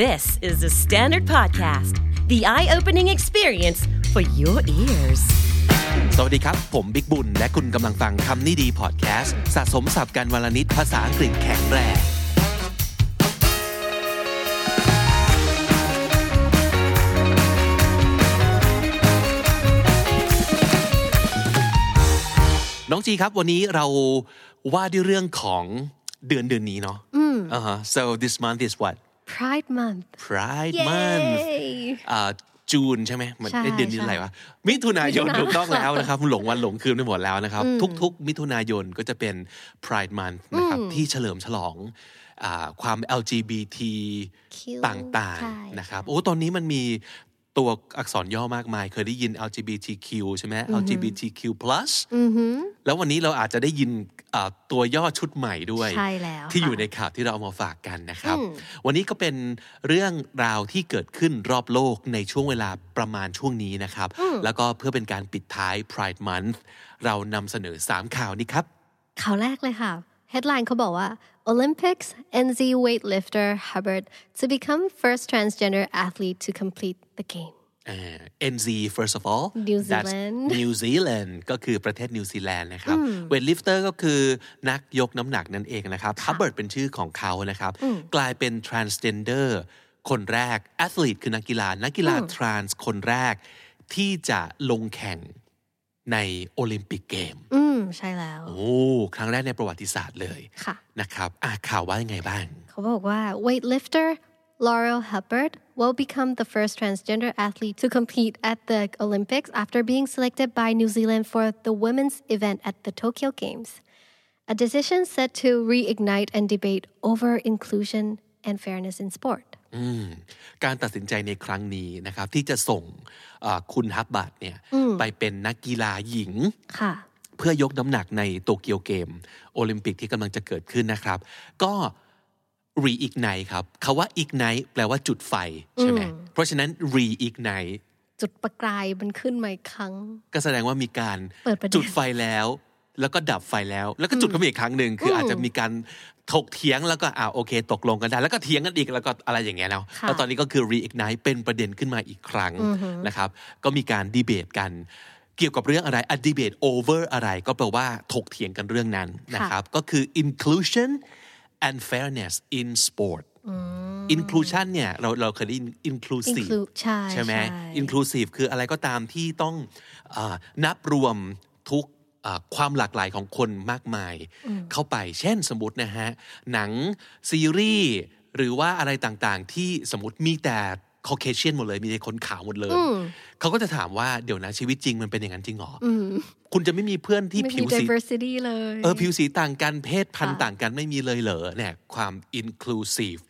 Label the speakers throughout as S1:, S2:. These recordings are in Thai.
S1: This is the Standard Podcast, the eye opening experience for your ears.
S2: สวัสดีครับ ผมบิ๊กบุญ และคุณกำลังฟังคำนี้ดีพอดแคสต์สะสมสับการวลนิดภาษาอังกฤษแข็งแรง น้องจีครับ วันนี้เราว่าด้วยเรื่องของเดือนเดือนนี้เนาะอ่าฮะ so this month is what
S3: Pride Month
S2: Pride Month อ่าจูนใช่ไหมมัน
S3: ใช่
S2: เอ้ยเดือนนี้
S3: ใช่
S2: อะไรวะมิถุนายนถูกต้องแล้วนะครับหลงวันหลงคืนไปหมดแล้วนะครับ ทุกๆ มิถุนายนก็จะเป็น Pride Month นะครับที่เฉลิมฉลองอ่าความ LGBT
S3: คิว
S2: ต่าง
S3: ใช่
S2: ๆนะครับโอ้ตอนนี้มันมีตัวอักษรย่อมากมาย เคยได้ยิน LGBTQ ใช่ไหม LGBTQ+ แล้ววันนี้เราอาจจะได้ยินอ่าตัวย่อชุดใหม่ด้วย
S3: ใช่แล้ว
S2: ที่อยู่
S3: ค่ะ
S2: ในข่าวที่เราเอามาฝากกันนะครับ วันนี้ก็เป็นเรื่องราวที่เกิดขึ้นรอบโลกในช่วงเวลาประมาณช่วงนี้นะครับ แล้วก็เพื่อเป็นการปิดท้าย Pride Month เรานำเสนอ 3 ข่าวนี้ครับ
S3: ข่าวแรกเลยค่ะ headline เขาบอกว่า Olympics NZ weightlifter Hubbard to become first transgender athlete to complete the game
S2: เอ่อ NZ first of all
S3: New
S2: that's
S3: Zealand
S2: New Zealand ก็คือประเทศนิวซีแลนด์นะครับ Weightlifter ก็คือนักยกน้ำหนักนั่นเองนะครับ h u b b a r d เป็นชื่อของเขานะครับ กลายเป็น transgender คนแรก athlete คือนักกีฬา นักกีฬา trans คนแรก ที่จะลงแข่งในโอลิมปิกเกม
S3: อืม ใช่แล้ว
S2: โอ้ ครั้งแรกในประวัติศาสตร์เลย
S3: ค่ะ
S2: นะครับอ่ะข่าวว่ายังไงบ้าง
S3: เขาบอกว่า weightlifter Laurel Hubbard will become the first transgender athlete to compete at the Olympics after being selected by New Zealand for the women's event at the Tokyo Games. A decision set to reignite and debate over inclusion and fairness in sport.
S2: การตัดสินใจในครั้งนี้นะครับ ที่จะส่งเอ่อคุณฮับบัตเนี่ยไปเป็นนักกีฬาหญิง
S3: ค่ะ
S2: เพื่อยกน้ำหนักในโตเกียวเกม โอลิมปิกที่กำลังจะเกิดขึ้นนะครับ ก็ reignite ครับคาว่า ignite แปลว่าจุดไฟ ใช่ไหมเพราะฉะนั้น reignite
S3: จุดประกายมันขึ้นมาอีกครั้ง
S2: ก็แสดงว่ามีการ
S3: เปิดประเด็น
S2: จุดไฟแล้ว แล้วก็ดับไฟแล้ว แล้วก็จุดขึ้นมาอีกครั้งหนึ่งคืออาจจะมีการถกเถียงแล้วก็อ่าโอเค ตกลงกันได้ แล้วก็เถียงกันอีกแล้วก็อะไรอย่างเงี้ยเนาะ
S3: ค่ะ
S2: แล้วตอนนี้ก็คือ reignite เป็นประเด็นขึ้นมาอีกครั้งนะครับ ก็มีการดีเบตกัน เกี่ยวกับเรื่องอะไรอะดีเบต over อะไรก็แปลว่าถกเถียงกันเรื่องนั้นนะครับ ก็คือ inclusion and fairness in sport inclusion เนี่ยเราเราเคยได้ยิน inclusive
S3: Include ใช่
S2: ใช่ไหม
S3: ใช่
S2: inclusive คืออะไรก็ตามที่ต้องเออนับรวมทุกเอ่อความหลากหลายของคนมากมาย เข้าไป เช่นสมมตินะฮะ หนังซีรีส์หรือว่าอะไรต่างๆ ที่สมมติมีแต่ Caucasian หมดเลย มีแต่คนขาวหมดเลย เขาก็จะถามว่าเดี๋ยวนะชีวิตจริงมันเป็นอย่างนั้นจริงเหรออคุณจะไม่มีเพื่อนที่
S3: ไม่
S2: ผิ
S3: มี
S2: วสี
S3: diversity เลย
S2: เออผิวสีต่างกันเพศพันธุ์ต่างกันไม่มีเลยเหรอเนี่ยความ inclusive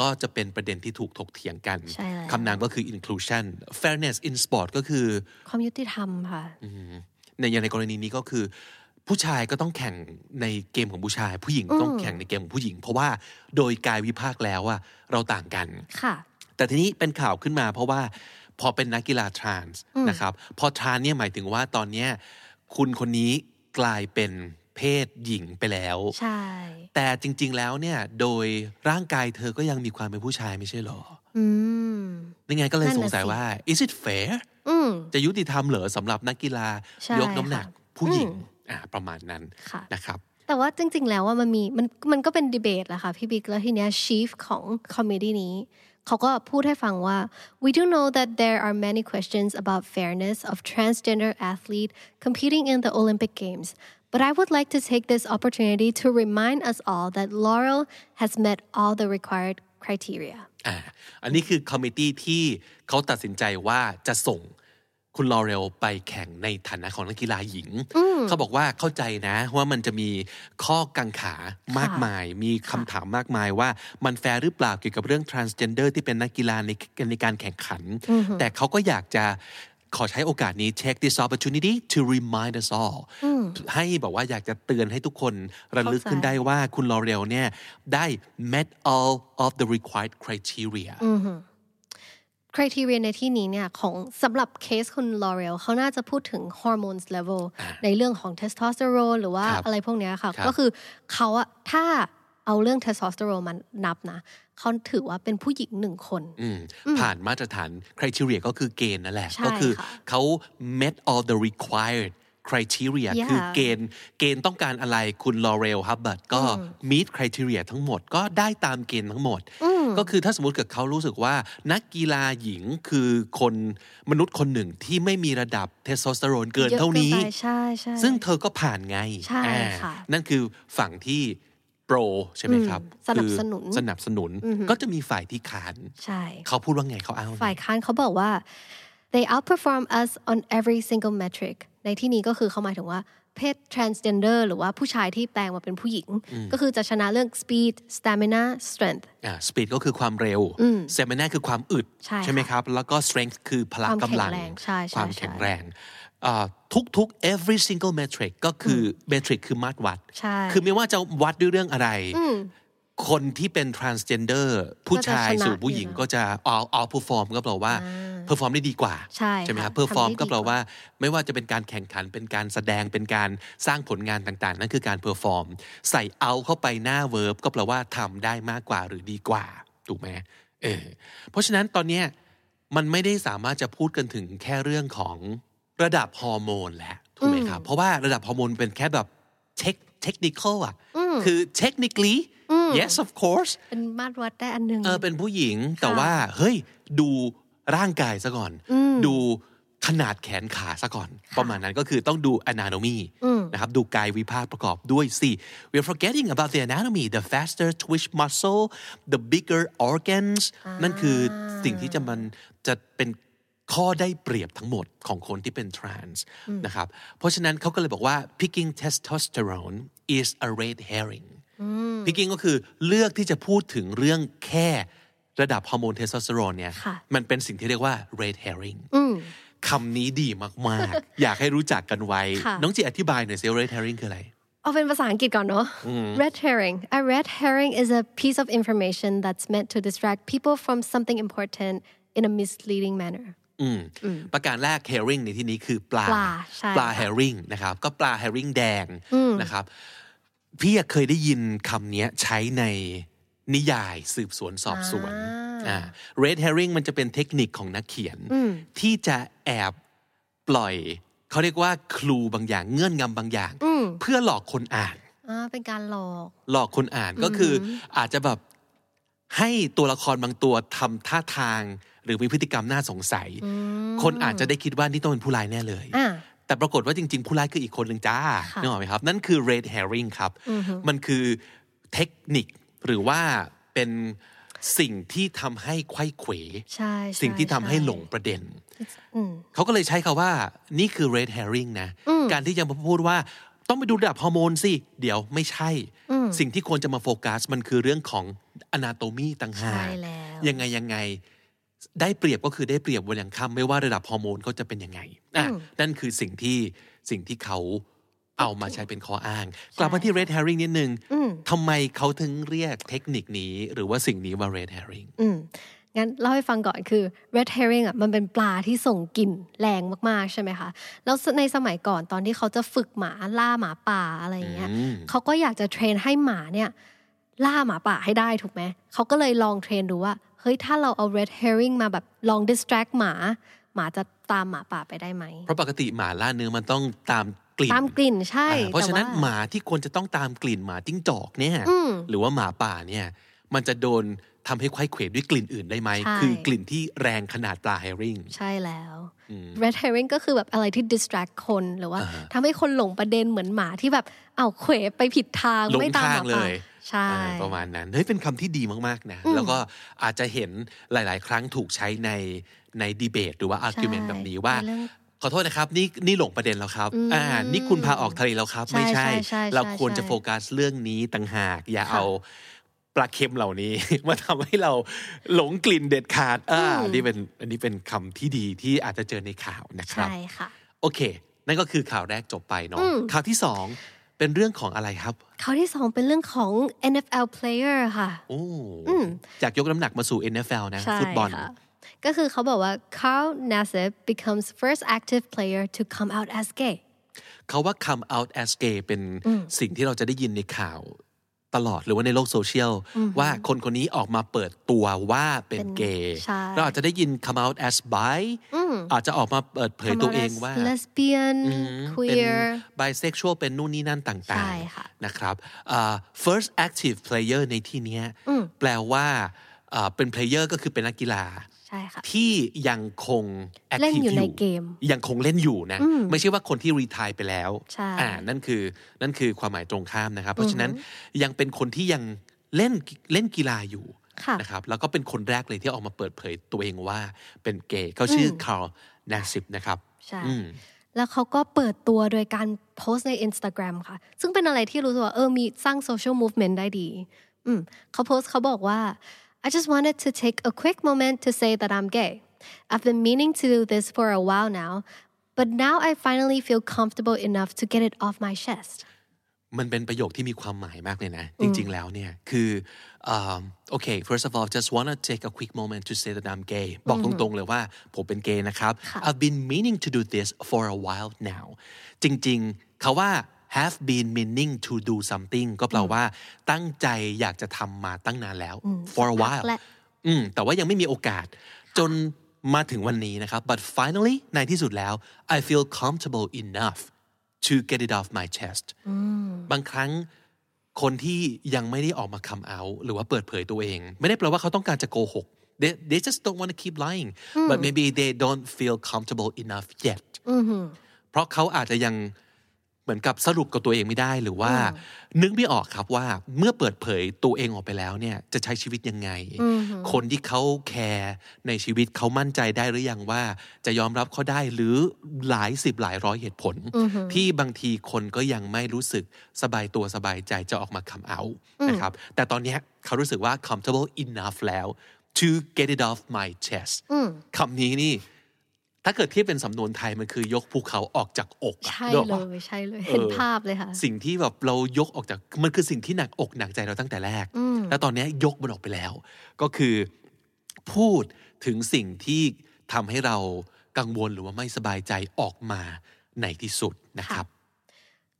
S2: ก็จะเป็นประเด็นที่ถูกถกเถียงกัน
S3: ใช่แล้ว
S2: คำนามก็คือ inclusion fairness in sport ก็คือ
S3: ความยุติธรรมค่ะ
S2: ในอย่างในกรณีนี้ก็คือ ผู้ชายก็ต้องแข่งในเกมของผู้ชาย ผู้หญิงต้องแข่งในเกมของผู้หญิง เพราะว่าโดยกายวิภาคแล้วอะเราต่างกัน
S3: ค่ะ
S2: แต่ทีนี้เป็นข่าวขึ้นมาเพราะว่าพอเป็นนักกีฬาทรานส์นะครับ พอทรานส์เนี่ยหมายถึงว่าตอนเนี้ยคุณคนนี้กลายเป็นเพศหญิงไปแล้ว
S3: ใช่
S2: แต่จริง ๆ แล้วเนี่ยโดยร่างกายเธอก็ยังมีความเป็นผู้ชายไม่ใช่หรอ
S3: อืม
S2: นี่ไงก็เลย
S3: นั่
S2: ส
S3: นน่ะ
S2: งสัย
S3: สิ
S2: ว่า is it fair
S3: อืม
S2: จะยุติธรรมเหรอสำหรับนักกีฬา
S3: ใช่
S2: ยกน้ำหนัก
S3: ค่ะ
S2: ผู้หญิง
S3: อืม
S2: อ่าประมาณนั้น
S3: ค่ะ
S2: นะครับ
S3: แต่ว่าจริง ๆ แล้วว่ามันมีมันมันก็เป็นดีเบตแหละค่ะพี่บิ๊กแล้วทีเนี้ย chief ของคอมเมดี้นี้เขาก็พูดให้ฟังว่า we do know that there are many questions about fairness of transgender athlete competing in the Olympic Games but I would like to take this opportunity to remind us all that Laurel has met all the required criteria
S2: อ่าอันนี้คือคอมมิตี้ที่เขาตัดสินใจว่าจะส่งคุณลอเรลไปแข่งในฐานะของนักกีฬาหญิง เขาบอกว่าเข้าใจนะว่ามันจะมีข้อกังขามากมาย มีคำถามมากมายว่ามันแฟร์หรือเปล่าเกี่ยวกับเรื่อง transgender ที่เป็นนักกีฬาในในการแข่งขัน แต่เขาก็อยากจะขอใช้โอกาสนี้ take this opportunity to remind us all ให้บอกว่าอยากจะเตือนให้ทุกคนระลึกขึ้นได้ ได้ว่าคุณลอเรลเนี่ยได้ met all of the required criteria
S3: criteria ในที่นี้เนี่ยของสำหรับเคสคุณลอเรลเขาน่าจะพูดถึง hormones level ในเรื่องของ testosterone หรือว่า
S2: ครับ
S3: อะไรพวกเนี้ยค่ะ
S2: ครับ
S3: ก็คือเขาอะถ้าเอาเรื่อง testosterone มันนับนะ เขาถือว่าเป็นผู้หญิงหนึ่งคน
S2: อืมผ่านมาตรฐาน criteria ก็คือเกณฑ์นั่นแหละ
S3: ใช่
S2: ก็คือ
S3: ค่ะ
S2: เขา met all the required criteria
S3: Yeah
S2: คือเกณฑ์ เกณฑ์ต้องการอะไรคุณลอเรลฮับบัตก็ meet criteria ทั้งหมดก็ได้ตามเกณฑ์ทั้งหมด ก็คือถ้าสมมติเกิดเขารู้สึกว่านักกีฬาหญิงคือคนมนุษย์คนหนึ่งที่ไม่มีระดับเทสโทสเตอโรนเกิน
S3: ยอะ
S2: เท่านี้
S3: ไปใช่ใช่
S2: ซึ่งเธอก็ผ่านไง
S3: ใช่
S2: อ่า
S3: ค่ะ
S2: นั่นคือฝั่งที่โปรใช่ไหมครับ
S3: อืมสนับสนุน
S2: คือสนับสนุน ก็จะมีฝ่ายที่ค้าน
S3: ใช่
S2: เขาพูดว่าไงเขาอ้างว่ไง
S3: ฝ่ายค้านเขาบอกว่า they outperform us on every single metric ในที่นี้ก็คือเขาหมายถึงว่าเพศ transgender หรือว่าผู้ชายที่แปลงมาเป็นผู้หญิง ก็คือจะชนะเรื่อง speed stamina strength
S2: อ่าสปีดก็คือความเร็วเซมินาคือความอึด
S3: ใช่ค่ะ
S2: ไหมครับ แล้วก็ strength คือพละ
S3: ความ
S2: กำลัง
S3: แข็งแรงใช่ใช่
S2: ความแข็ง
S3: ใช่
S2: แรงอ่าทุกๆ every single metric ก็คืออ metric คือมาตรวัด
S3: ใช่
S2: คือไม่ว่าจะวัดด้วยเรื่องอะไร คนที่เป็น transgender ผู้ชาย
S3: ก็จะชนะ
S2: สู่ผู้หญิง
S3: อยู่แล้ว
S2: ก็จะ all all perform ก็แปลว่า perform ได้ดีกว่า
S3: ใช่
S2: ไหมครับ
S3: ค่ะ
S2: perform
S3: ทำได้ดี
S2: ก็แปล
S3: กว่า
S2: ว่า ไม่ว่าจะเป็นการแข่งขันเป็นการแสดงเป็นการสร้างผลงานต่างๆ นั่นคือการ perform ใส่เอาเข้าไปหน้า verb ก็แปลว่าทำได้มากกว่าหรือดีกว่า ถูกไหมเออเพราะฉะนั้นตอนเนี้ยมันไม่ได้สามารถจะพูดกันถึงแค่เรื่องของระดับฮอร์โมนแหละถูกไหมครับ เพราะว่าระดับฮอร์โมนเป็นแค่แบบเทคเทคนิคอ่ะคือ technically yes of course
S3: เป็นมาตรวัดได้อันหนึง
S2: เออเป็นผู้หญิงแต่ว่าเฮ้ยดูร่างกายซะก่อน ดูขนาดแขนขาซะก่อน ประมาณนั้นก็คือต้องดู anatomy นะครับดูกายวิภาคประกอบด้วยสิ we're forgetting about the anatomy the faster twitch muscle the bigger organs นั่นคือสิ่งที่จะมันจะเป็นข้อได้เปรียบทั้งหมดของคนที่เป็น trans นะครับเพราะฉะนั้นเขาก็เลยบอกว่า picking testosterone is a red herring พี่กิ้งก็คือเลือกที่จะพูดถึงเรื่องแค่ระดับฮอร์โมนเทสโทสเตอโรนเนี่ย
S3: ค่ะ
S2: มันเป็นสิ่งที่เรียกว่า red herring คำนี้ดีมาก ๆ อยากให้รู้จักกันไว้ น้องจีอธิบายหน่อยซิ red herring คืออะไร
S3: เอาเป็นภาษาอังกฤษก่อนเนาะ red herring a red herring is a piece of information that's meant to distract people from something important in a misleading manner
S2: อืมประการแรก herring ในที่นี้คือปลา
S3: ปลาใช่
S2: ปลา herring นะครับ ก็ปลา herring แดงนะครับ พี่อะเคยได้ยินคำเนี้ยใช้ในนิยายสืบสวนสอบสวนอ่า red herring มันจะเป็นเทคนิคของนักเขียน ที่จะแอบปล่อย เขาเรียกว่าคลูบางอย่างเงื่อนงำบางอย่าง เพื่อหลอกคนอ่าน
S3: อ่าเป็นการหลอก
S2: หลอกคนอ่านก็คืออาจจะแบบให้ตัวละครบางตัวทำท่าทาง หรือมีพฤติกรรมน่าสงสัย คนอาจจะได้คิดว่านี่ต้องเป็นผู้ร้ายแน่เลย
S3: อ่า
S2: แต่ปรากฏว่าจริง ๆ ผู้ร้ายคืออีกคนหนึ่งจ้า
S3: ค่ะ
S2: นึกออกไหมครับ นั่นคือ red herring ครับ มันคือเทคนิคหรือว่าเป็นสิ่งที่ทำให้ไขว้เขว
S3: ใช่ใช่
S2: สิ่งที่ทำให้
S3: ใช่
S2: หลงประเด็น
S3: อืม
S2: เขาก็เลยใช้คาว่านี่คือ red herring นะ การที่จะมาพูดว่าต้องไปดูระดับฮอร์โมนสิ เดี๋ยวไม่ใช่ สิ่งที่ควรจะมาโฟกัส มันคือเรื่องของอนาโตมีต่างหาก
S3: ใช่แล้ว
S2: ยังไงยังไง ได้เปรียบก็คือได้เปรียบวันอย่างค่ำไม่ว่าระดับฮอร์โมนเขาจะเป็นยังไงอ่ะนั่นคือสิ่งที่สิ่งที่เขาเอามาใช้เป็นข้ออ้าง กลับมาที่ red herring นิดนึงทำไมเขาถึงเรียกเทคนิคนี้ หรือว่าสิ่งนี้ว่า red herring
S3: อืมงั้นเล่าให้ฟังก่อนคือ red herring อ่ะมันเป็นปลาที่ส่งกลิ่นแรงมากๆ ใช่ไหมคะ แล้วในสมัยก่อนตอนที่เขาจะฝึกหมาล่าหมาป่าอะไรอย่างเงี้ย
S2: อืม
S3: เขาก็อยากจะเทรนให้หมาเนี่ยล่าหมาป่าให้ได้ถูกไหม เขาก็เลยลองเทรนดูว่าเฮ้ยถ้าเราเอา red herring มาแบบลอง distract หมา หมาจะตามหมาป่าไปได้ไหม
S2: เพราะปกติหมาล่าเนื้อมันต้องตามกลิ่น
S3: ตามกลิ่นใช่
S2: อ่าเพราะฉะนั้น
S3: แต่ว่
S2: หมาที่ควรจะต้องตามกลิ่นหมาจิ้งจอกเนี่ยหรือว่าหมาป่าเนี่ยมันจะโดนทำให้ไขว้เขวด้วยกลิ่นอื่นได้ไหม
S3: ใช่
S2: คือกลิ่นที่แรงขนาดปลาแฮริง
S3: ใช่แล้ว red herring ก็คือแบบอะไรที่ distract คนหรือว่าทำให้คนหลงประเด็นเหมือนหมาที่แบบเอาวเขวไปผิดทาง
S2: หลง
S3: ไม่ตาม
S2: ทาง
S3: หม
S2: เล
S3: ป่าย ใช่
S2: อ่าประมาณนั้นเฮ้ยเป็นคำที่ดีมาก ๆ นะ แล้วก็อาจจะเห็นหลาย ๆ ครั้งถูกใช้ในในดีเบต หรือว่าอาร์กิวเมนต์แบบนี้ว่า
S3: ในเรื่อง
S2: ขอโทษนะครับ นี่นี่หลงประเด็นแล้วครับอ่านี่คุณพาออกทะเลแล้วครับ
S3: ใช่
S2: ไม่ใช่
S3: ใช่ใช่ใช่
S2: เราควรจะ
S3: ใช่
S2: โฟกัสเรื่องนี้ต่างหาก อย่า
S3: ค่ะ
S2: เอาปลาเค็มเหล่านี้ มาทำให้เราหลงกลิ่นเด็ดขาดอ่านี่เป็นอันนี้เป็นคำที่ดีที่อาจจะเจอในข่าวนะครับ
S3: ใช่ค่ะ
S2: โอเค นั่นก็คือข่าวแรกจบไปเนาะข่าวที่สองเป็นเรื่องของอะไรครับ
S3: ข้อที่สองเป็นเรื่องของ NFL player ค่ะ
S2: โอ้จากยกน้ำหนักมาสู่ NFL นะ
S3: ใช่
S2: ฟุตบอล
S3: ค่ะ ก็คือเขาบอกว่า Carl Nassib becomes first active player to come out as gay
S2: เขาว่า come out as gay เป็นสิ่งที่เราจะได้ยินในข่าว ตลอดหรือว่าในโลกโซเชียล ว่าคนคนนี้ออกมาเปิดตัวว่าเป็น
S3: เป็น
S2: เกย์
S3: ใช่
S2: เราอาจจะได้ยิน come out as bi อาจจะออกมาเปิดเผยตัวเองว่า
S3: lesbian
S2: เป็น
S3: queer
S2: bisexual เป็นนู่นนี่นั่นต่าง
S3: ใช่ค่ะ
S2: ๆนะครับอ่า first active player ในที่เนี้ยแปลว่าอ่าเป็น player ก็คือเป็นนักกีฬา
S3: ใช่ค่ะ
S2: ที่ยังคง active
S3: เล่นอยู่ในเกม
S2: ยังคงเล่นอยู่นะ ไม่ใช่ว่าคนที่รีทายไปแล้ว
S3: ใช่
S2: อ่านั่นคือนั่นคือความหมายตรงข้ามนะครับ เพราะฉะนั้นยังเป็นคนที่ยังเล่นเล่นกีฬาอยู่
S3: ค่ะ
S2: นะครับแล้วก็เป็นคนแรกเลยที่ออกมาเปิดเผยตัวเองว่าเป็นเกย์เขาชื่อคาร์ลนาซิปนะครับ
S3: ใช่
S2: อืม
S3: แล้วเขาก็เปิดตัวโดยการโพสต์ใน Instagram ค่ะ ซึ่งเป็นอะไรที่รู้สึกว่าเออมีสร้าง social movement ได้ดีอืมเขาโพสต์เขาบอกว่า I just wanted to take a quick moment to say that I'm gay I've been meaning to do this for a while now but now I finally feel comfortable enough to get it off my chest
S2: มันเป็นประโยคที่มีความหมายมากเลยนะ จริง ๆ แล้วเนี่ยคืออ่าโอเค first of all just wanna take a quick moment to say that I'm gay บอกตรง ๆ เลยว่าผมเป็นเกย์นะครับ I've been meaning to do this for a while now จริง ๆ เขาว่า have been meaning to do something ก็แปลว่าตั้งใจอยากจะทำมาตั้งนานแล้ว for a
S3: สักพัก
S2: while
S3: และ
S2: อืมแต่ว่ายังไม่มีโอกาส จนมาถึงวันนี้นะครับ but finally ในที่สุดแล้ว I feel comfortable enough to get it off my chest บางครั้งคนที่ยังไม่ได้ออกมา come out หรือว่าเปิดเผยตัวเอง ไม่ได้แปลว่าเขาต้องการจะโกหก they, they just don't want to keep lying but maybe they don't feel comfortable enough yet เพราะเขาอาจจะยังเหมือนกับสรุปกับตัวเองไม่ได้หรือว่า นึกไม่ออกครับว่าเมื่อเปิดเผยตัวเองออกไปแล้วเนี่ยจะใช้ชีวิตยังไง คนที่เขาแคร์ในชีวิตเขามั่นใจได้หรือยังว่า จะยอมรับเขาได้หรือหลายสิบหลายร้อยเหตุผล ที่บางทีคนก็ยังไม่รู้สึกสบายตัวสบายใจจะออกมาคำเอานะครับ แต่ตอนเนี้ยเขารู้สึกว่า comfortable enough แล้ว to get it off my chest คำนี้นี่ ถ้าเกิดเทียบเป็นสำนวนไทยมันคือยกภูเขาออกจากอกอะ
S3: ใช่
S2: นึกออก
S3: เล
S2: ปะ
S3: ยใช่เลย
S2: เออ
S3: เห็นภาพเลยค่ะ
S2: สิ่งที่แบบเรายกออกจากมันคือสิ่งที่หนักอกหนักใจเราตั้งแต่แรก แล้วตอนเนี้ยยกมันออกไปแล้ว ก็คือพูดถึงสิ่งที่ทำให้เรากังวลหรือว่าไม่สบายใจออกมาในที่สุดนะครับ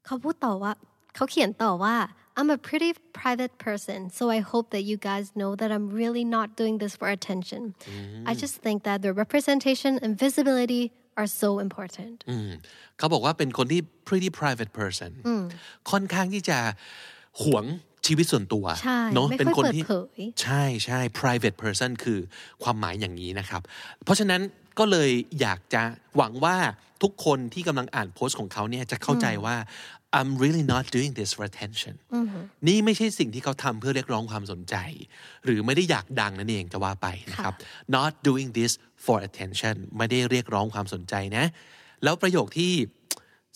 S3: เขาพูดต่อว่าเขาเขียนต่อว่า I'm a pretty private person so I hope that you guys know that I'm really not doing this for attention
S2: Mm.
S3: I just think that the representation and visibility are so important
S2: อืมเขาบอกว่าเป็นคนที่ pretty private person ค่อนข้างที่จะหวงชีวิตส่วนตัว
S3: ใช่
S2: เนาะ
S3: ไม่ค่อย
S2: เป็นคน
S3: เปิด
S2: ที่
S3: เผย
S2: ใช่ใช่ private person คือความหมายอย่างนี้นะครับ เพราะฉะนั้นก็เลยอยากจะหวังว่าทุกคนที่กำลังอ่านโพสต์ของเขาเนี่ยจะเข้าใจว่า I'm really not doing this for attention นี่ไม่ใช่สิ่งที่เขาทำเพื่อเรียกร้องความสนใจ หรือไม่ได้อยากดังนั่นเองจะว่าไปนะครับ not doing this for attention ไม่ได้เรียกร้องความสนใจนะ แล้วประโยคที่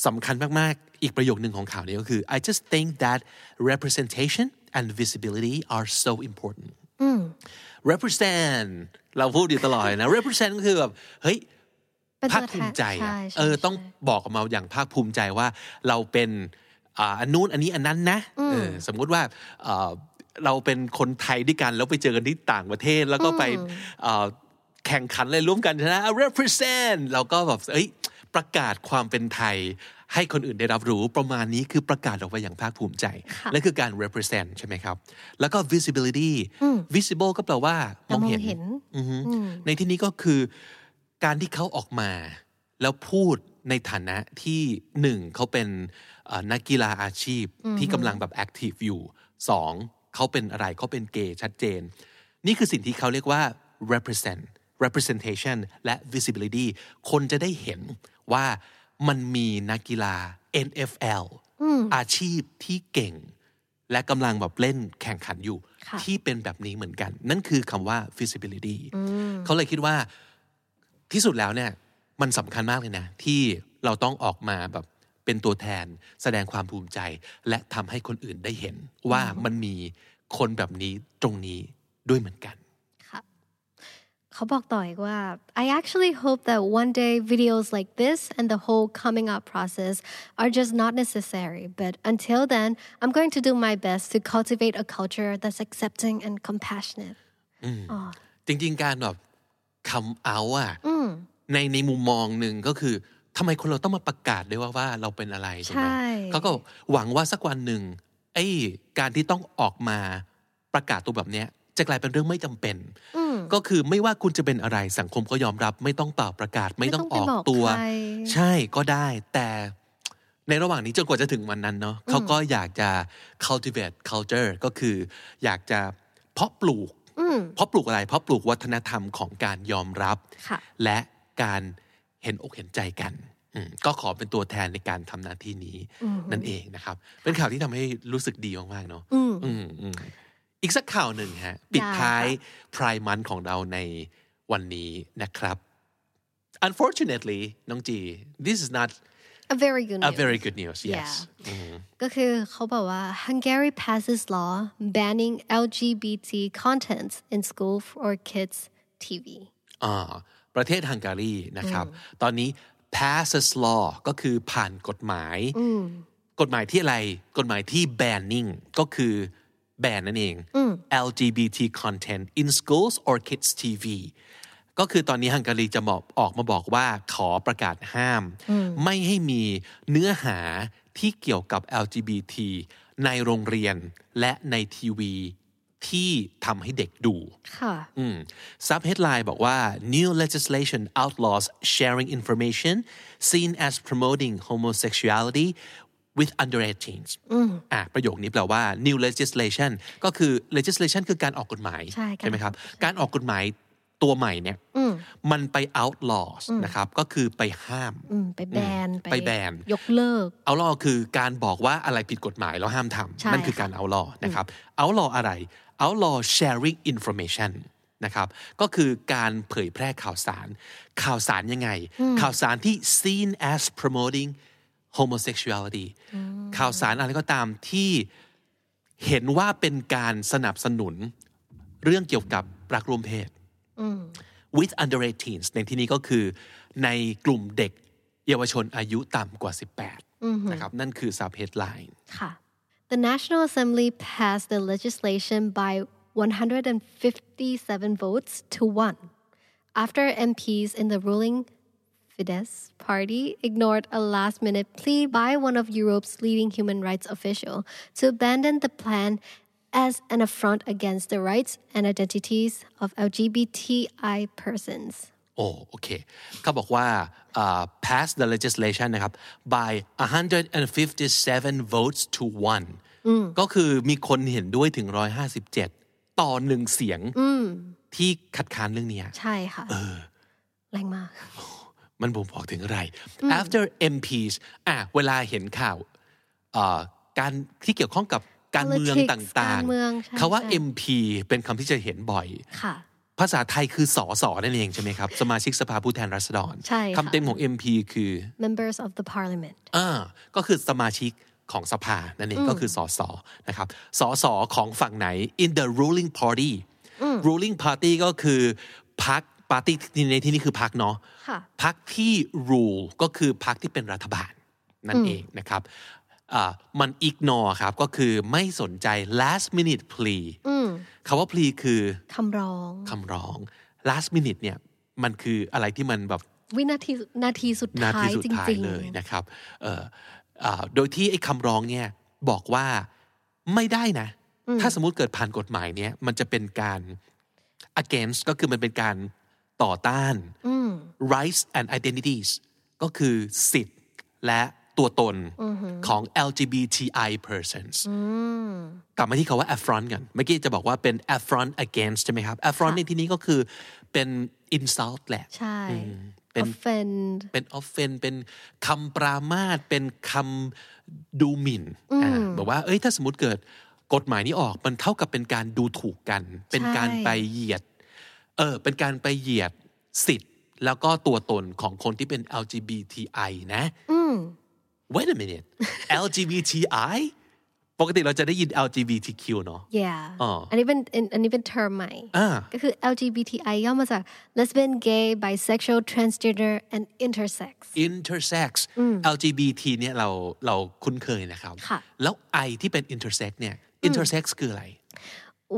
S2: สำคัญมาก ๆ อีกประโยคหนึ่งของข่าวนี้ก็คือ I just think that representation and visibility are so important represent เราพูดอยู่ตลอดเลยนะ represent ก็คือแบบ เฮ้ย
S3: เป็น
S2: ภาค
S3: ตัวแทน
S2: ภูมิใจอะ
S3: ใช่ใช่
S2: เออ ต้อง
S3: ใช่
S2: บอกออกมาอย่างภาคภูมิใจว่าเราเป็นอ่าอันนู้นอันนี้อันนั้นนะเออสมมุติว่าเอ่อเราเป็นคนไทยด้วยกัน แล้วไปเจอกันที่ต่างประเทศ แล้วก็ไปเอ่อแข่งขันอะไรร่วมกันชนะ represent เราก็แบบเอ้ยประกาศความเป็นไทย ให้คนอื่นได้รับรู้ประมาณนี้คือประกาศออกไปอย่างภาคภูมิใจ และคือการ represent ใช่ไหมครับ แล้วก็ visibility visible ก็แปลว่ามองเห็น
S3: มองเห็น
S2: อือฮึในที่นี้ก็คือการที่เขาออกมา แล้วพูดในฐานะที่หนึ่งเขาเป็นเอ่อนักกีฬาอาชีพที่กำลังแบบแอคทีฟอยู่สองเขาเป็นอะไรเขาเป็นเกย์ชัดเจน นี่คือสิ่งที่เขาเรียกว่า represent representation และ visibility คนจะได้เห็นว่ามันมีนักกีฬา NFL อาชีพที่เก่ง และกำลังแบบเล่นแข่งขันอยู่
S3: ค่ะ
S2: ที่เป็นแบบนี้เหมือนกัน นั่นคือคำว่า visibility เขาเลยคิดว่าที่สุดแล้วเนี่ยมันสำคัญมากเลยนะ ที่เราต้องออกมาแบบเป็นตัวแทน แสดงความภูมิใจ และทำให้คนอื่นได้เห็น ว่ามันมีคนแบบนี้ตรงนี้ด้วยเหมือนกัน
S3: ค่ะเขาบอกต่ออีกว่า I actually hope that one day videos like this and the whole coming out process are just not necessary but until then I'm going to do my best to cultivate a culture that's accepting and compassionate
S2: จริงๆ การแบบคำเอาอะในในมุมมองหนึ่งก็คือทำไมคนเราต้องมาประกาศด้วยว่าว่าเราเป็นอะไรใช่ไหม
S3: ใช่
S2: เขาก็หวังว่าสักวันหนึ่ง ไอ้การที่ต้องออกมาประกาศตัวแบบเนี้ยจะกลายเป็นเรื่องไม่จำเป็น
S3: อืม
S2: ก็คือไม่ว่าคุณจะเป็นอะไรสังคมก็ยอมรับ ไม่ต้องเป่าประกาศไม่ต้องออกตัว
S3: ไม่ต้องไปบอกใคร
S2: ใช่ก็ได้แต่ในระหว่างนี้จนกว่าจะถึงวันนั้นเนาะเขาก็อยากจะ cultivate culture ก็คืออยากจะเพาะปลูก
S3: อืม
S2: เพราะปลูกอะไร เพราะปลูกวัฒนธรรมของการยอมรับ
S3: ค่ะ
S2: และการเห็นอกเห็นใจกันอืมก็ขอเป็นตัวแทนในการทำหน้าที่นี้
S3: อือฮึ
S2: นั่นเองนะครับ เป็นข่าวที่ทำให้รู้สึกดีมากๆเนาะ
S3: อืม
S2: อืมอืมอีกสักข่าวหนึ่งฮะ ปิดท้าย พรายมันของเราในวันนี้นะครับ unfortunately น้องจี this is not
S3: a very good
S2: a
S3: news
S2: very good news yes
S3: Yeah.
S2: อืม
S3: ก็คือเขาบอกว่า Hungary passes law banning LGBT content in school for kids TV
S2: อ่าประเทศฮังการีนะครับ ตอนนี้ passes law ก็คือผ่านกฎหมาย
S3: อืม
S2: กฎหมายที่อะไร กฎหมายที่ banning ก็คือแบนนั่นเอง LGBT content in schools or kids TV ก็คือตอนนี้ฮังการีจะบอกออกมาบอกว่าขอประกาศห้าม ไม่ให้มีเนื้อหาที่เกี่ยวกับ LGBT ในโรงเรียนและในทีวีที่ทำให้เด็กดู
S3: ค่ะ
S2: ซับเฮดไลน์บอกว่า new legislation outlaws sharing information seen as promoting homosexuality with underage teens อ่ะประโยคนี้แปลว่า new legislation ก็คือ legislation คือการออกกฎหมาย
S3: ใช่ค่ะ
S2: ไหมครับ การออกกฎหมายตัวใหม่เนี่ยมันไป outlaws นะครับก็คือไปห้าม
S3: อืม ไปแบน
S2: ไปแบน
S3: ยกเลิก
S2: เอาล่อคือการบอกว่าอะไรผิดกฎหมายแล้วห้ามท
S3: ใช่
S2: ำนั่นคือ
S3: ค่ะ
S2: การเอาล่อนะครับ เอาล่ออะไร เอาล่อ sharing information นะครับก็คือการเผยแพร่ข่าวสาร ข่าวสารยังไง ข่าวสารที่ seen as promoting homosexuality ข่าวสารอะไรก็ตามที่เห็นว่าเป็นการสนับสนุนเรื่องเกี่ยวกับรักร่วมเพศ with under 18s ในที่นี้ก็คือในกลุ่มเด็กเยาวชนอายุต่ำกว่า 18 นะครับ นั่นคือ sub headline
S3: ค่ะ The National Assembly passed the legislation by 157 votes to one after MPs in the ruling Fidesz party ignored a last minute plea by one of Europe's leading human rights official to abandon the plan as an affront against the rights and identities of LGBTI persons.
S2: โอ้โอเคเขาบอกว่าอ่า pass the legislation นะครับ by 157 votes to one ก็คือมีคนเห็นด้วยถึง 157 ต่อหนึ่งเสียงที่คัดค้านเรื่องเนี้ย
S3: ใช่ค่ะแรงมาก
S2: มันบ่งบอกถึงอะไร after MPs อ่ะเวลาเห็นข่าวเอ่อการที่เกี่ยวข้องกับการเมือง
S3: Politics
S2: ต่าง
S3: การเมืองใช่
S2: ๆคาว่า
S3: ใช่
S2: MP เป็นคำที่จะเห็นบ่อย
S3: ค่ะ
S2: ภาษาไทยคือสอสอนั่นเองใช่ไหมครับ สมาชิกสภาผู้แทนราษฎร
S3: ใช่ค่ะ
S2: คำเต็มของ MP คือ
S3: Members of the parliament
S2: อ่าก็คือสมาชิกของสภานั่นเองก็คือสสนะครับสสของฝั่งไหน in the ruling party ruling party ก็คือพรรคปาร์ตี้ในที่นี้คือพรรคเนาะ
S3: ค่ะ
S2: พักที่ rule ก็คือพักที่เป็นรัฐบาล นั่นเองนะครับอ่ามัน ignore ครับ ก็คือไม่สนใจ last minute plea คำว่า plea คือ
S3: คำร้อง
S2: คำร้อง last minute เนี่ยมันคืออะไรที่มันแบบ
S3: วินาทีนาทีสุด
S2: นา
S3: ท้า
S2: ที
S3: ย
S2: สุด
S3: จ
S2: ท้าย
S3: ริง
S2: เลยนะครับเอ่อเอ่อโดยที่ไอ้คำร้องเนี่ยบอกว่าไม่ได้นะ ถ้าสมมุติเกิดผ่านกฎหมายเนี่ยมันจะเป็นการ against ก็คือมันเป็นการต่อต้าน rights and identities ก็คือสิทธิ์และตัวตนของ LGBTI persons กลับมาที่คาว่า affront กัน เมื่อกี้จะบอกว่าเป็น affront against ใช่ไหมครับ affront ในที่นี้ก็คือเป็น insult แหละ
S3: ๆ ใช่
S2: เป็น
S3: อ f เฟน
S2: เป็นออฟเฟนเป็นคำปรามาสเป็นคำดูหมิ่นอ่าบอกว่าเอ้ยถ้าสมมติเกิดกฎหมายนี้ออกมันเท่ากับเป็นการดูถูกกัน เป็นการไปเหยียดเออเป็นการไปเหยียดสิทธิ์ แล้วก็ตัวตนของคนที่เป็น LGBTI นะ Wait a minute LGBTI ปกติเราจะได้ยิน LGBTQ เนาะ
S3: ย่า
S2: อ๋ออั
S3: อันนี้เป็นอันนี้เป็น term ใหม่
S2: อ่า
S3: ก็คือ LGBTI ย่อมาจาก lesbian gay bisexual transgender and intersex
S2: intersex LGBT เนี่ยเราเราคุ้นเคยนะครับ
S3: ค่ะ
S2: แล้ว I ที่เป็น intersex เนี่ย intersex คืออะไร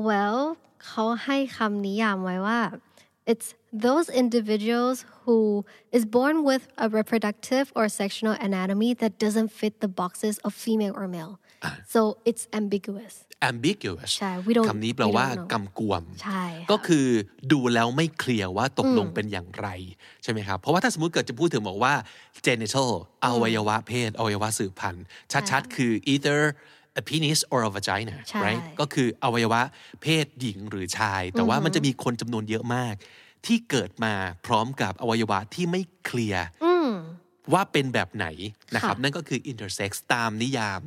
S3: well เขาให้คำนิยามไว้ว่า it's those individuals who is born with a reproductive or sexual anatomy that doesn't fit the boxes of female or male
S2: Ah.
S3: so it's ambiguous
S2: ambiguous
S3: ใช่ we don't-
S2: คำนี้แปลว่า
S3: we don't know
S2: กำกวม
S3: ใช่ะ
S2: ก็คือดูแล้วไม่เคลียร์ว่าตกลงเป็นอย่างไร ใช่ไหมครับ เพราะว่าถ้าสมมติเกิดจะพูดถึงบอกว่า genital อวัยวะเพศ อวัยวะสืบพันธุ์ ชัดๆ คือ either a penis or a vagina
S3: ใช่
S2: right ก็คืออวัยวะเพศหญิงหรือชาย แต่ว่ามันจะมีคนจำนวนเยอะมาก ที่เกิดมาพร้อมกับอวัยวะที่ไม่เคลียร์
S3: อืม
S2: ว่าเป็นแบบไหนนะครับ
S3: ค่ะ
S2: นั่นก็คือ intersex ตามนิยาม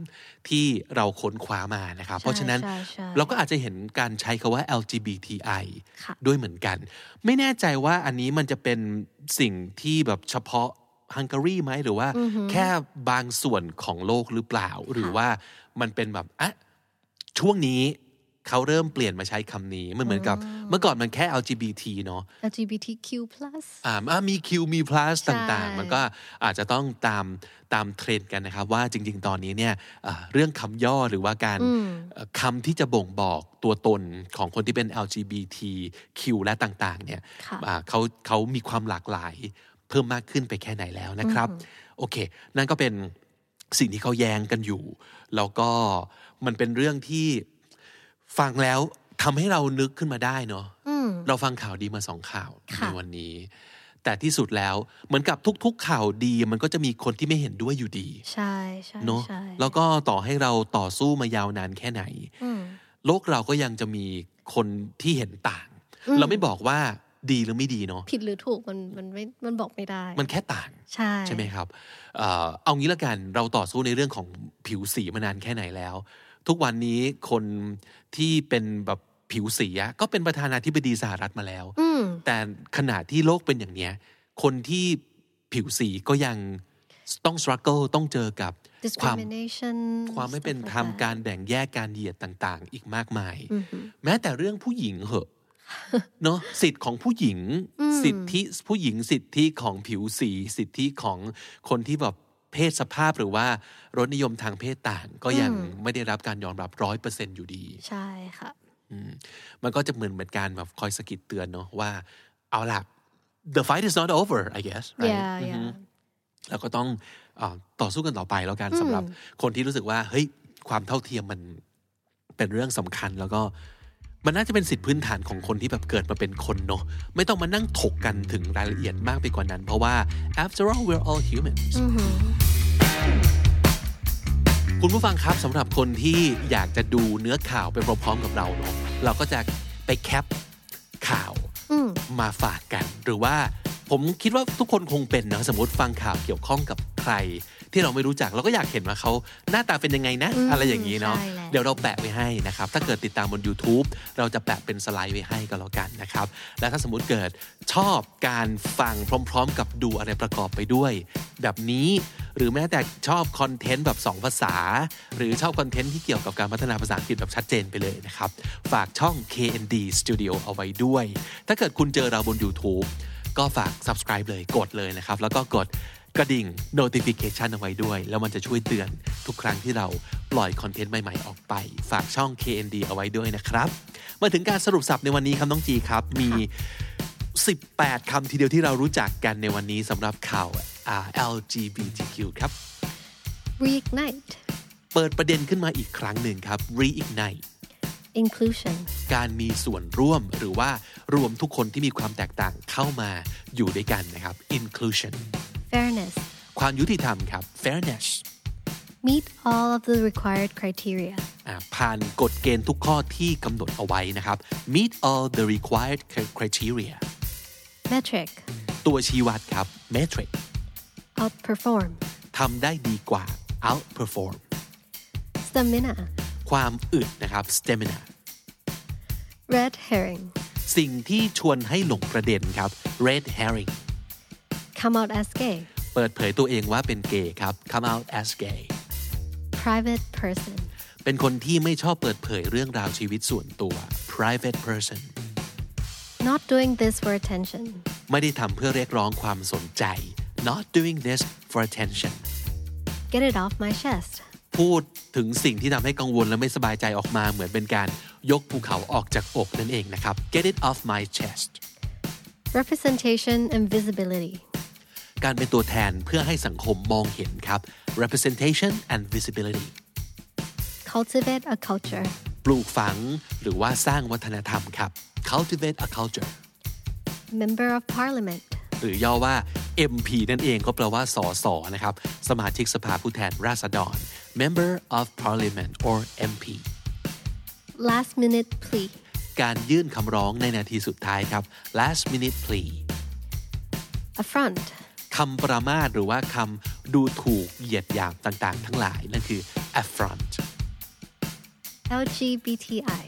S2: ที่เราค้นคว้ามานะครับ เพราะฉะนั้น
S3: ใช่ใช่
S2: เราก็อาจจะเห็นการใช้คาว่า LGBTI
S3: ค่ะ
S2: ด้วยเหมือนกัน ไม่แน่ใจว่าอันนี้มันจะเป็นสิ่งที่แบบเฉพาะฮังการีไหมหรือว่าแค่บางส่วนของโลกหรือเปล่า หรือว่ามันเป็นแบบอ่ะ ช่วงนี้เขาเริ่มเปลี่ยนมาใช้คำนี้มันเหมือนกับ เมื่อก่อนมันแค่ LGBT เนอะ
S3: LGBTQ+
S2: อ่าอ่ามีคิวมี plus
S3: ใช่
S2: ต่างๆ มันก็อาจจะต้องตามตามเทรนด์กันนะครับ ว่าจริง ๆ ตอนนี้เนี่ยอ่าเรื่องคำย่อหรือว่าการเอ่อคำที่จะบ่งบอกตัวตนของคนที่เป็น LGBTQ และต่าง ๆ เนี่ยอ่าเขาเขามีความหลากหลายเพิ่มมากขึ้นไปแค่ไหนแล้วนะครับ โอเค นั่นก็เป็นสิ่งที่เขาแย้งกันอยู่ แล้วก็มันเป็นเรื่องที่ฟังแล้วทำให้เรานึกขึ้นมาได้เนาะ
S3: อืม
S2: เราฟังข่าวดีมาสองข่าวใน
S3: ค่ะ
S2: วันนี้ แต่ที่สุดแล้วเหมือนกับทุกๆข่าวดี มันก็จะมีคนที่ไม่เห็นด้วยอยู่ดี
S3: ใช่ใช่
S2: เนอะ
S3: ใช่
S2: แล้วก็ต่อให้เราต่อสู้มายาวนานแค่ไหน
S3: อืม
S2: โลกเราก็ยังจะมีคนที่เห็นต่าง
S3: อืม
S2: เราไม่บอกว่าดีหรือไม่ดีเนาะ
S3: ผิดหรือถูกมันมันไม่มันบอกไม่ได้
S2: มันแค่ต่าง
S3: ใช่
S2: ใช่ไหมครับเอ่อเอางี้ละกัน เราต่อสู้ในเรื่องของผิวสีมานานแค่ไหนแล้ว ทุกวันนี้คนที่เป็นแบบผิวสีอะก็เป็นประธานาธิบดีสหรัฐมาแล้ว
S3: อืม
S2: แต่ขณะที่โลกเป็นอย่างเนี้ย คนที่ผิวสีก็ยังต้อง struggle ต้องเจอกับ ความ
S3: discrimination
S2: ความไม่เป็นธรรม
S3: stuff like that
S2: การแบ่งแยกการเหยียดต่าง ๆ อีกมากมาย
S3: อือหือ
S2: แม้แต่เรื่องผู้หญิงเหอะ เนาะสิทธิ์ของผู้หญิง
S3: อืม
S2: สิทธิผู้หญิงสิทธิของผิวสี สิทธิของคนที่แบบเพศสภาพหรือว่ารสนิยมทางเพศต่าง ก็ยังไม่ได้รับการยอมรับร้อยเปอร์เซ็นอยู่ดี
S3: ใช่ค่ะ
S2: อืมมันก็จะเหมือนเหมือนการแบบคอยสะกิดเตือนเนาะว่าเอาล่ะ the fight is not over I guess right
S3: yeah
S2: อือฮึ
S3: yeah
S2: แล้วก็ต้องเออต่อสู้กันต่อไปแล้วกันสำหรับคนที่รู้สึกว่าเฮ้ยความเท่าเทียมมันเป็นเรื่องสำคัญแล้วก็ มันน่าจะเป็นสิทธิพื้นฐานของคนที่แบบเกิดมาเป็นคนเนาะไม่ต้องมานั่งถกกันถึงรายละเอียดมากไปกว่านั้น เพราะว่า after all we're all humans
S3: อือหือ
S2: คุณผู้ฟังครับสำหรับคนที่อยากจะดูเนื้อข่าวไปพร้อมๆกับเราเนาะเราก็จะไปแคปข่าว
S3: อืม
S2: มาฝากกัน หรือว่าผมคิดว่าทุกคนคงเป็นนะสมมติฟังข่าวเกี่ยวข้องกับใคร ที่เราไม่รู้จักเราก็อยากเห็นว่าเขาหน้าตาเป็นยังไงนะ
S3: อืม
S2: อะไรอย่างนี้เนาะ
S3: ใช่แล้ว
S2: เดี๋ยวเราแปะไว้ให้นะครับ ถ้าเกิดติดตามบน YouTube เราจะแปะเป็นสไลด์ไว้ให้ก็แล้วกันนะครับ และถ้าสมมติเกิดชอบการฟังพร้อม ๆ กับดูอะไรประกอบไปด้วย แบบนี้หรือแม้แต่ชอบคอนเทนต์แบบสองภาษา หรือชอบคอนเทนต์ที่เกี่ยวกับการพัฒนาภาษาอังกฤษแบบชัดเจนไปเลยนะครับ ฝากช่อง KND Studio เอาไว้ด้วย ถ้าเกิดคุณเจอเราบน YouTube ก็ฝาก subscribe เลยกดเลยนะครับ แล้วก็กดกระดิ่ง notification เอาไว้ด้วย แล้วมันจะช่วยเตือนทุกครั้งที่เราปล่อยคอนเทนต์ใหม่ ๆ ออกไป ฝากช่อง KND เอาไว้ด้วยนะครับ มาถึงการสรุปสับในวันนี้ครับน้องจีครับ มี 18 คำทีเดียวที่เรารู้จักกันในวันนี้สำหรับข่าวอ่า LGBTQ ครับ
S3: reignite
S2: เปิดประเด็นขึ้นมาอีกครั้งหนึ่งครับ reignite
S3: inclusion
S2: การมีส่วนร่วมหรือว่ารวมทุกคนที่มีความแตกต่างเข้ามาอยู่ด้วยกันนะครับ inclusion
S3: fairness
S2: ความยุติธรรมครับ fairness
S3: meet all of the required criteria
S2: อ่าผ่านกฎเกณฑ์ทุกข้อที่กำหนดเอาไว้นะครับ meet all the required criteria
S3: metric
S2: ตัวชี้วัดครับ metric
S3: outperform
S2: ทำได้ดีกว่า outperform
S3: stamina
S2: ความอึดนะครับ stamina
S3: red herring
S2: สิ่งที่ชวนให้หลงประเด็นครับ red herring
S3: come out as gay
S2: เปิดเผยตัวเองว่าเป็นเกย์ครับ come out as gay
S3: private person
S2: เป็นคนที่ไม่ชอบเปิดเผยเรื่องราวชีวิตส่วนตัว private person
S3: not doing this for attention
S2: ไม่ได้ทำเพื่อเรียกร้องความสนใจ not doing this for attention
S3: get it off my chest
S2: พูดถึงสิ่งที่ทำให้กังวลและไม่สบายใจออกมาเหมือนเป็นการยกภูเขาออกจากอกนั่นเองนะครับ get it off my chest
S3: representation and visibility
S2: การเป็นตัวแทนเพื่อให้สังคมมองเห็นครับ representation and visibility
S3: cultivate a culture
S2: ปลูกฝังหรือว่าสร้างวัฒนธรรมครับ cultivate a culture
S3: member of parliament
S2: หรือย่อว่า MP นั่นเองก็แปลว่าสสนะครับ สมาชิกสภาผู้แทนราษฎร Member of Parliament or MP
S3: last minute plea
S2: การยื่นคำร้องในนาทีสุดท้ายครับ last minute plea
S3: affront
S2: คำประมาทหรือว่าคำดูถูกเหยียดหยามต่างๆ ทั้งหลาย นั่นคือ affront
S3: LGBTI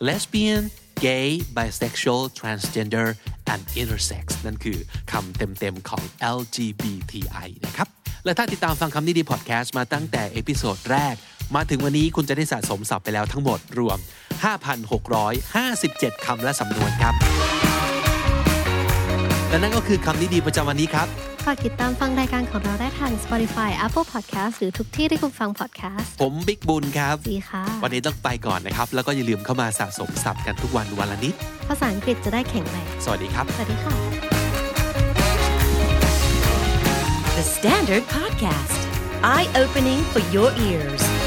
S2: lesbian gay bisexual transgender and intersex นั่นคือคำเต็ม ๆ ของ LGBTI นะครับ และถ้าติดตามฟังคำนี้ดีพอดแคสต์มาตั้งแต่เอพิโซดแรก มาถึงวันนี้คุณจะได้สะสมศัพท์ไปแล้วทั้งหมดรวม 5,657 คำและสำนวนครับ และนั่นก็คือคำนี้ดีประจำวันนี้ครับ
S3: ฝากติดตามฟังรายการของเราได้ทาง Spotify Apple Podcast หรือทุกที่ที่คุณฟัง podcast
S2: ผมบิ๊กบุญครับ
S3: ดีค่ะ
S2: วันนี้ต้องไปก่อนนะครับ แล้วก็อย่าลืมเข้ามาสะสมศัพท์กันทุกวันวันละนิด
S3: ภาษาอังกฤษจะได้แข็งแรง
S2: สวัสดีครับ
S3: สวัสดีค่ะ
S1: The Standard Podcast, eye opening for your ears.